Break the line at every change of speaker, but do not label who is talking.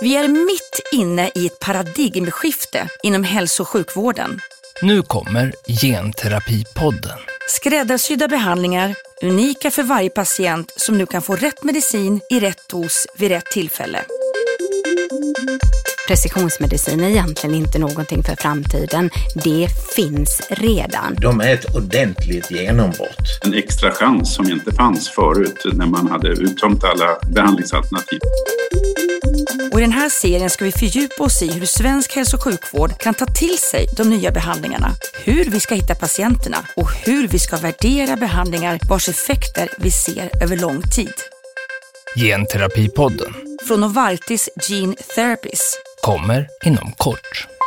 Vi är mitt inne i ett paradigmskifte inom hälso och sjukvården.
Nu kommer Genterapipodden.
Skräddarsydda behandlingar, unika för varje patient som nu kan få rätt medicin i rätt dos vid rätt tillfälle.
Precisionsmedicin är egentligen inte någonting för framtiden. Det finns redan.
De är ett ordentligt genombrott.
En extra chans som inte fanns förut när man hade uttömt alla behandlingsalternativ.
Och I den här serien ska vi fördjupa oss i hur svensk hälso och sjukvård kan ta till sig de nya behandlingarna, hur vi ska hitta patienterna och hur vi ska värdera behandlingar vars effekter vi ser över lång tid.
Genterapipodden
Från Novartis Gene Therapies
kommer inom kort.